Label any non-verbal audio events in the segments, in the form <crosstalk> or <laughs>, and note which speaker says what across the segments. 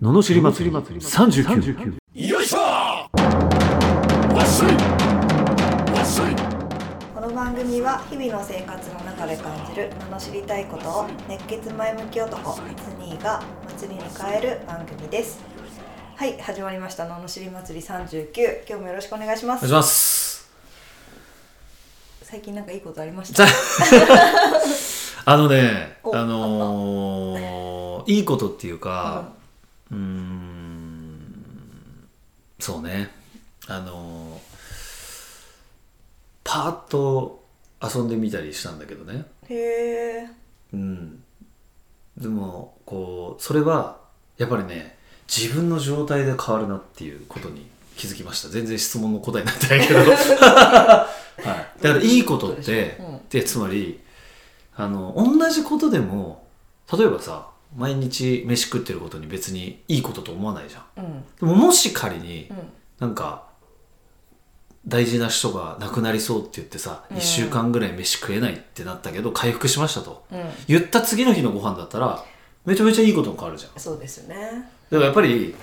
Speaker 1: ののしり祭り39
Speaker 2: よいしょわっしょいわっしょい
Speaker 3: この番組は日々の生活の中で感じる罵りたいことを熱血前向き男ツニーが祭りに変える番組ですはい始まりました罵り祭り39今日もよろしくお願いしま
Speaker 4: お願い
Speaker 3: す
Speaker 4: します。
Speaker 3: 最近なんかいいことありまし
Speaker 4: じ
Speaker 3: た
Speaker 4: ゃああのね、
Speaker 3: お
Speaker 4: あのーいいことっていうか、うーん、そうね、あのーパーッと遊んでみたりしたんだけどね。
Speaker 3: へえ
Speaker 4: うん。でも、こう、それは、やっぱりね、自分の状態で変わるなっていうことに気づきました。全然質問の答えになってない
Speaker 1: <laughs>
Speaker 4: けど。はい。だから、いいことって、
Speaker 3: うん
Speaker 4: でつまりあの同じことでも例えばさ毎日飯食ってることに別にいいことと思わないじゃん
Speaker 3: うん
Speaker 4: でももし仮に
Speaker 3: うん
Speaker 4: なんか大事な人が亡くなりそうって言ってさ、
Speaker 3: うん
Speaker 4: 1週間ぐらい飯食えないってなったけど回復しましたと
Speaker 3: うん
Speaker 4: 言った次の日のご飯だったらめちゃめちゃいいことに変わるじゃんだ
Speaker 3: そうですね
Speaker 4: からやっぱり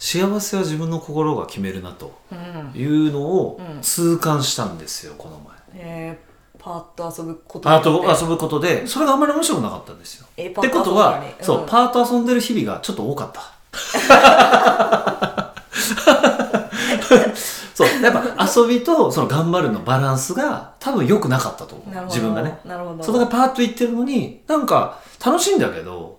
Speaker 4: 幸せは自分の心が決めるなと
Speaker 3: うん
Speaker 4: いうのを
Speaker 3: うん
Speaker 4: 痛感したんですよこの前
Speaker 3: えー、パーッと遊ぶこと
Speaker 4: パートを遊ぶことでそれがあんまり面白くなかったんですよ
Speaker 3: え
Speaker 4: ってことは、そう、
Speaker 3: ッ
Speaker 4: パート遊んでる日々がちょっと多
Speaker 3: <laughs>
Speaker 4: かった。そう、やっぱ遊びとその頑張るのバランスが多分良くなかったと思う。自分がね。
Speaker 3: なるほど
Speaker 4: それがパート行ってるのに、なんか楽しいんだけど、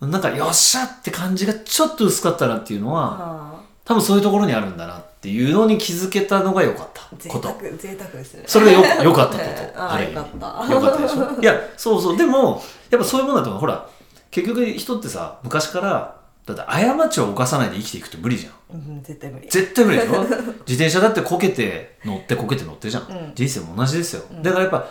Speaker 4: なんかよっしゃって感じがちょっと薄かったなっていうのは、
Speaker 3: あ
Speaker 4: 多分そういうところにあるんだなっていうのに気づけたのが良かった
Speaker 3: ー贅
Speaker 4: こ
Speaker 3: 沢
Speaker 4: と。
Speaker 3: 贅沢ですね
Speaker 4: それがよ良 <laughs> かったこ
Speaker 3: ええ
Speaker 4: と。
Speaker 3: あ
Speaker 4: あ
Speaker 3: あ
Speaker 4: る意味
Speaker 3: よかった
Speaker 4: よかったでしょ
Speaker 3: <laughs>
Speaker 4: いやそうそうでもやっぱそういうもんだと思うほら結局人ってさ昔からだって過ちを犯さないで生きていくって無理じゃん
Speaker 3: うん絶対無理
Speaker 4: 絶対無理でしょ自転車だってこけて乗ってこけて乗ってるじゃん、
Speaker 3: うん
Speaker 4: 人生も同じですよ、
Speaker 3: うん
Speaker 4: だからやっぱ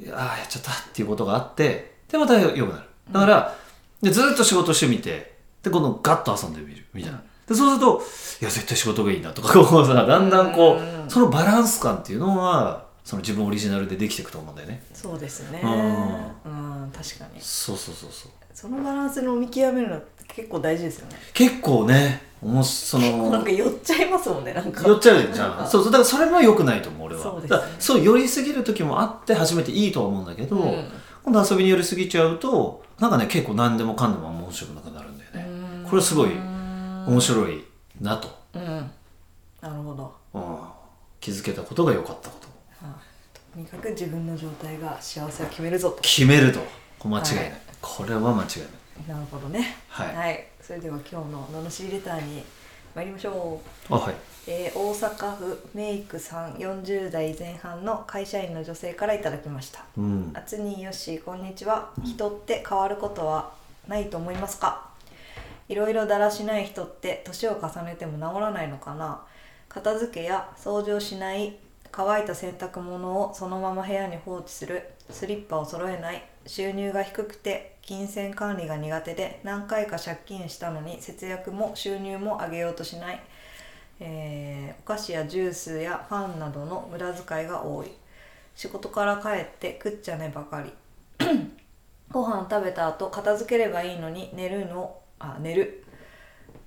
Speaker 4: いやあーやっちゃったっていうことがあってでまた良くなるだから、でずーっと仕事してみてでこのガッと遊んでみるみたいな、でそうするといや絶対仕事がいいなとか <laughs> こうさだんだんこう、
Speaker 3: うん
Speaker 4: そのバランス感っていうのはその自分オリジナルでできていくと思うんだよね
Speaker 3: そうですねう、
Speaker 4: うん
Speaker 3: 確かに
Speaker 4: そうそうそうそう
Speaker 3: そのバランスの見極めるのって結構大事ですよね
Speaker 4: 結構ねおもしそ
Speaker 3: なん
Speaker 4: の
Speaker 3: か寄っちゃいますもんねなんか
Speaker 4: 寄っちゃうじゃ
Speaker 3: なん
Speaker 4: ん
Speaker 3: か
Speaker 4: そうそうだからそれも良くないと思う俺は
Speaker 3: そうですね
Speaker 4: だからそう寄りすぎる時もあって初めていいとは思うんだけど、
Speaker 3: うん
Speaker 4: 今度遊びに寄りすぎちゃうとなんかね結構何でもかんでも面白くなくなるんだよね
Speaker 3: うん
Speaker 4: これすごい面
Speaker 3: い
Speaker 4: 白いなと、
Speaker 3: うんなるほど、は
Speaker 4: うん、気づけたことが良かったこと
Speaker 3: あとにかく自分の状態が幸せを決めるぞと
Speaker 4: 決めるとこれ間違いない、
Speaker 3: はい
Speaker 4: これは間違いない
Speaker 3: なるほどね
Speaker 4: はい
Speaker 3: それでは今日の「ののしりレター」に参りましょう
Speaker 4: あはい
Speaker 3: えー大阪府メイクさん40代前半の会社員の女性からいただきました
Speaker 4: うん
Speaker 3: あつによしこんにちは人って変わることはないと思いますかいろいろだらしない人って年を重ねても治らないのかな片付けや掃除をしない乾いた洗濯物をそのまま部屋に放置するスリッパを揃えない収入が低くて金銭管理が苦手で何回か借金したのに節約も収入も上げようとしないえーお菓子やジュースやパンなどの無駄遣いが多い仕事から帰って食っちゃねばかりご飯食べた後片付ければいいのに寝るのあ寝る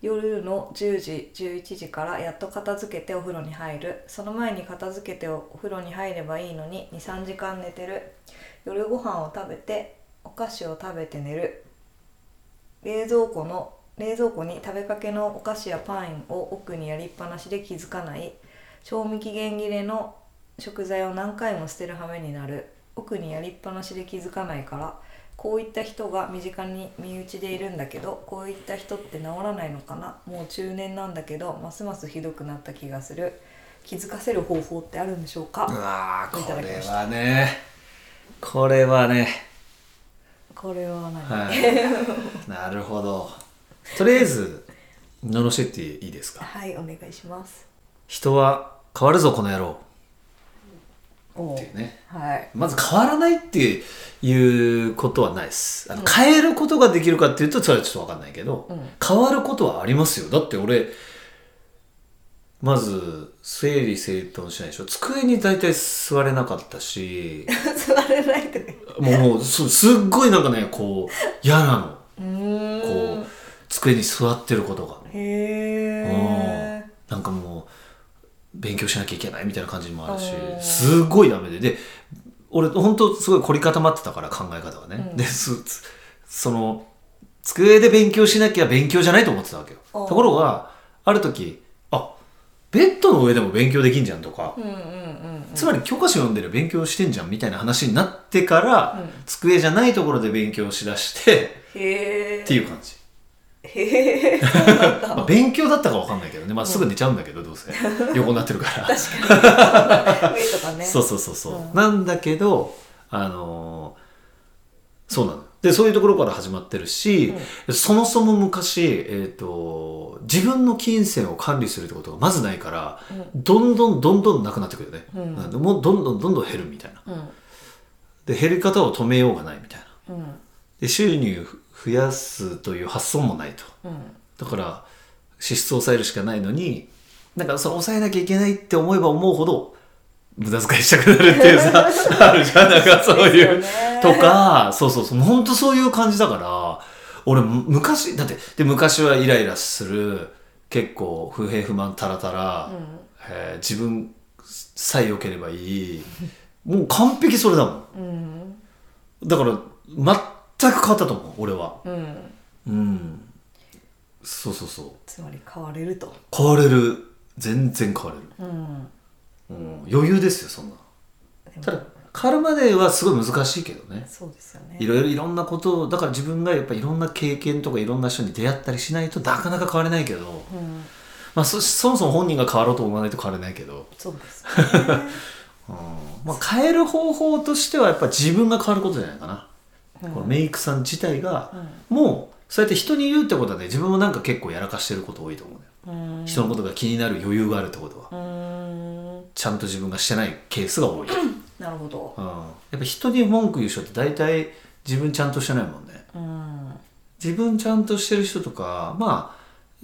Speaker 3: 夜の10時11時からやっと片付けてお風呂に入るその前に片付けてお風呂に入ればいいのに23時間寝てる夜ご飯を食べてお菓子を食べて寝る冷蔵庫の冷蔵庫に食べかけのお菓子やパンを奥にやりっぱなしで気づかない賞味期限切れの食材を何回も捨てる羽目になる奥にやりっぱなしで気づかないからこういった人が身近に身内でいるんだけどこういった人って治らないのかなもう中年なんだけどますますひどくなった気がする気づかせる方法ってあるんでしょう
Speaker 4: う
Speaker 3: か
Speaker 4: わー
Speaker 3: いた
Speaker 4: こ
Speaker 3: だき
Speaker 4: れ
Speaker 3: まし
Speaker 4: はねこれはね
Speaker 3: これは何、
Speaker 4: はい、なるほどとりあえず罵っていいですか
Speaker 3: はい、お願いします
Speaker 4: 人は変わるぞこの野郎
Speaker 3: おう
Speaker 4: っていうね
Speaker 3: はい <laughs>
Speaker 4: まず変わらないっていうことはないですあの変えることができるかっていうとそれはちょっと分かんないけど、
Speaker 3: うん
Speaker 4: 変わることはありますよだって俺まず整理整頓しないでしょ机に大体座れなかったし
Speaker 3: 座れないとか言う
Speaker 4: もうもうすすっごいなんかねこう嫌なの
Speaker 3: うーん
Speaker 4: こうつ机に座ってることが
Speaker 3: へえ
Speaker 4: なんかもう勉強しなきゃいけないみたいな感じもあるし
Speaker 3: おー
Speaker 4: すごいダメでで俺本当すごい凝り固まってたから考え方がね、
Speaker 3: うん
Speaker 4: ですつその机で勉強しなきゃ勉強じゃないと思ってたわけよ
Speaker 3: おー
Speaker 4: ところがある時あベッドの上でも勉強できんじゃんとか、
Speaker 3: うんうんうん
Speaker 4: つまり教科書読んでる勉強してんじゃんみたいな話になってから、
Speaker 3: うん
Speaker 4: 机じゃないところで勉強しだして
Speaker 3: へえ
Speaker 4: っていう感じ、
Speaker 3: へえそうなん
Speaker 4: まあ、
Speaker 3: だ
Speaker 4: 勉強だったかわかんないけどね、まあ、すぐ寝ちゃうんだけど、どう <laughs> せ横になってるから
Speaker 3: 上とかね
Speaker 4: そうそうそうそう、
Speaker 3: うん
Speaker 4: なんだけどあのーそうなのでそういうところから始まってるし、そもそも昔、えー、と自分の金銭を管理するってことがまずないから、どんどんどんどんなくなってくるよね、
Speaker 3: うん
Speaker 4: もうどんどんどんどん減るみたいな
Speaker 3: うん
Speaker 4: で減り方を止めようがないみたいな
Speaker 3: うん
Speaker 4: で収入増やすという発想もないと
Speaker 3: うん
Speaker 4: だから支出を抑えるしかないのになんかそれ抑えなきゃいけないって思えば思うほど無駄遣いしたくなるっていう
Speaker 3: <laughs>
Speaker 4: さあるじゃんなんかそういう、
Speaker 3: ですよね
Speaker 4: とかそうそうそうほんとそういう感じだから俺む昔だってで昔はイライラする結構不平不満たらたら、
Speaker 3: うん
Speaker 4: えー自分さえ良ければいいもう完璧それだもん
Speaker 3: うん
Speaker 4: だから全く変わったと思う俺は
Speaker 3: うん
Speaker 4: うんそうそうそう
Speaker 3: つまり変われると
Speaker 4: 変われる全然変われる、
Speaker 3: うん
Speaker 4: うん、余裕ですよそんな
Speaker 3: でも
Speaker 4: ただ変わるまではすごい難しいけどね
Speaker 3: そうですよね
Speaker 4: いろいろいろんなことをだから自分がやっぱいろんな経験とかいろんな人に出会ったりしないとなかなか変われないけど、
Speaker 3: うん
Speaker 4: まあ、そそもそも本人が変わろうと思わないと変われないけど、
Speaker 3: そうですよね
Speaker 4: うんまあ、変える方法としてはやっぱ自分が変わることじゃないかな、
Speaker 3: うん
Speaker 4: このメイクさん自体が、もうそうやって人に言うってことはね自分もなんか結構やらかしてること多いと思うのよ、
Speaker 3: うん
Speaker 4: 人のことが気になる余裕があるってことは、
Speaker 3: うん
Speaker 4: ちゃんと自分がしてないケースが多い、うん、
Speaker 3: なるほど
Speaker 4: やっぱ人に文句言う人って大体自分ちゃんとしてないもんね
Speaker 3: うん
Speaker 4: 自分ちゃんとしてる人とかまあ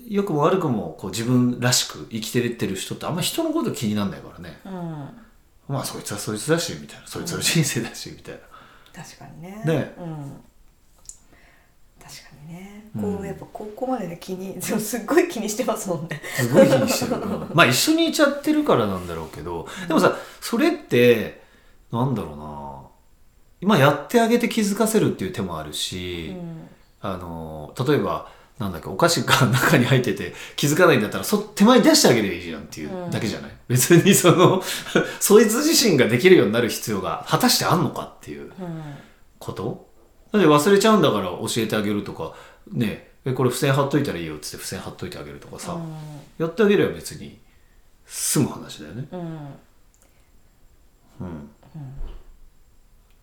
Speaker 4: 良くも悪くもこう自分らしく生きてれてる人ってあんま人のこと気になんないからね
Speaker 3: うん
Speaker 4: まあそいつはそいつだしみたいなそいつの人生だしみたいな、
Speaker 3: 確かにね
Speaker 4: ね
Speaker 3: うん確かにね
Speaker 4: うん
Speaker 3: こうやっぱここまでね気に <laughs> でもすっごい気にしてますもんね
Speaker 4: すごい気にして <laughs> る、うんまあ一緒にいちゃってるからなんだろうけどでもさそれってなんだろうな今やってあげて気づかせるっていう手もあるし、
Speaker 3: うん
Speaker 4: あの例えばなんだっけお菓子が中に入ってて気づかないんだったらそ手前に出してあげればいいじゃんっていうだけじゃない、別にその <laughs> そいつ自身ができるようになる必要が果たしてあんのかっていう
Speaker 3: うん
Speaker 4: ことだって忘れちゃうんだから教えてあげるとかねええこれ付箋貼っといたらいいよっつって付箋貼っといてあげるとかさ、やってあげれば別に済む話だよね
Speaker 3: うんうん
Speaker 4: う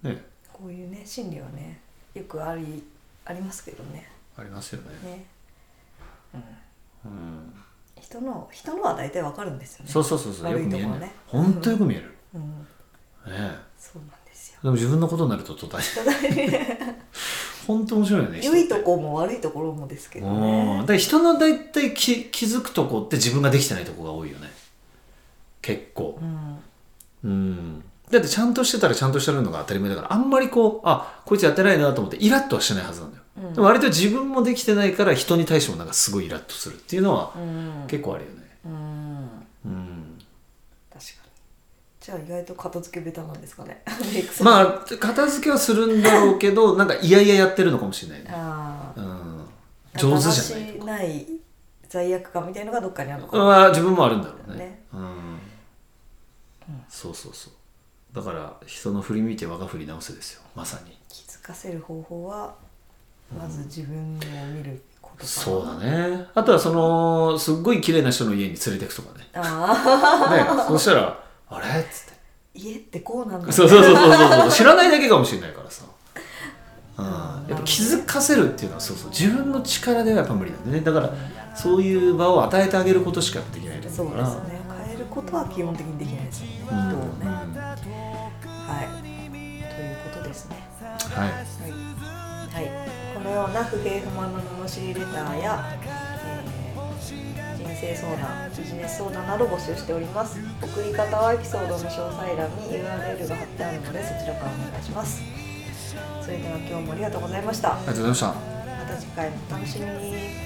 Speaker 4: ん、ね
Speaker 3: こういうね心理はねよくありありますけどね
Speaker 4: ありますよね
Speaker 3: ね
Speaker 4: うん
Speaker 3: 人の人のは大体わかるんですよね
Speaker 4: そうそうそうそうよ
Speaker 3: 悪
Speaker 4: く
Speaker 3: い
Speaker 4: 見
Speaker 3: と
Speaker 4: え
Speaker 3: こ
Speaker 4: る
Speaker 3: ろ
Speaker 4: ね
Speaker 3: ね
Speaker 4: ほんとよく見える、
Speaker 3: うん
Speaker 4: ねえ
Speaker 3: そうなんですよ
Speaker 4: でも自分のことになると途端
Speaker 3: ただ <laughs> ね
Speaker 4: 本当面白いよね。
Speaker 3: 良いと
Speaker 4: こ。
Speaker 3: こも悪いところもですけど
Speaker 4: うん。だ
Speaker 3: ね
Speaker 4: から人の大体気気づくとこって自分ができてないとこが多いよね。結構
Speaker 3: う。ん
Speaker 4: うん。だってちゃんとしてたらちゃんとしてるのが当たり前だから、あんまりこう、あ、こいつやってないなと思ってイラッとはしてないはずなんだよ。
Speaker 3: うん
Speaker 4: でも割と自分もできてないから人に対してもなんかすごいイラッとするっていうのは
Speaker 3: うん
Speaker 4: 結構あるよね。
Speaker 3: うん
Speaker 4: うん。
Speaker 3: 確かにじゃあ意外と片付けベタなんですかね <laughs> メイクさんあ
Speaker 4: まあ、片付けはするんだろうけど、なんかいやいややってるのかもしれないね。
Speaker 3: あ
Speaker 4: うん。上手じゃない。
Speaker 3: しない罪悪感みたいのがどっかにあるのかな
Speaker 4: は自分もあるんだろうね
Speaker 3: ね
Speaker 4: うん、そうそうそうだから人の振り見て我が振り直せですよまさに
Speaker 3: 気づかせる方法はまず自分を見ることかな
Speaker 4: そうだねあとはそのすっごい綺麗な人の家に連れてくとか
Speaker 3: <laughs>
Speaker 4: ね
Speaker 3: ああ
Speaker 4: ねそしたら「あれ?」っつっ
Speaker 3: 家ってこうなんだ
Speaker 4: てそうそうそうそうそう知らないだけかもしれないからさうん、やっぱ気づかせるっていうのはそうそう自分の力ではやっぱ無理なんでねだからそういう場を与えてあげることしかできないと
Speaker 3: そう
Speaker 4: 思う
Speaker 3: で
Speaker 4: から
Speaker 3: すね変えることは基本的にできないですよね
Speaker 4: う
Speaker 3: 人を
Speaker 4: ん
Speaker 3: ね
Speaker 4: うん
Speaker 3: はいということですね
Speaker 4: はい
Speaker 3: はい、このような不平不満の罵りレターや、えー人生相談ビジネス相談など募集しております送り方はエピソードの詳細欄に URL が貼ってあるのでそちらからお願いしますそれでは今日もありがとうございましたま
Speaker 4: ありがとうございました
Speaker 3: た次回もお楽しみに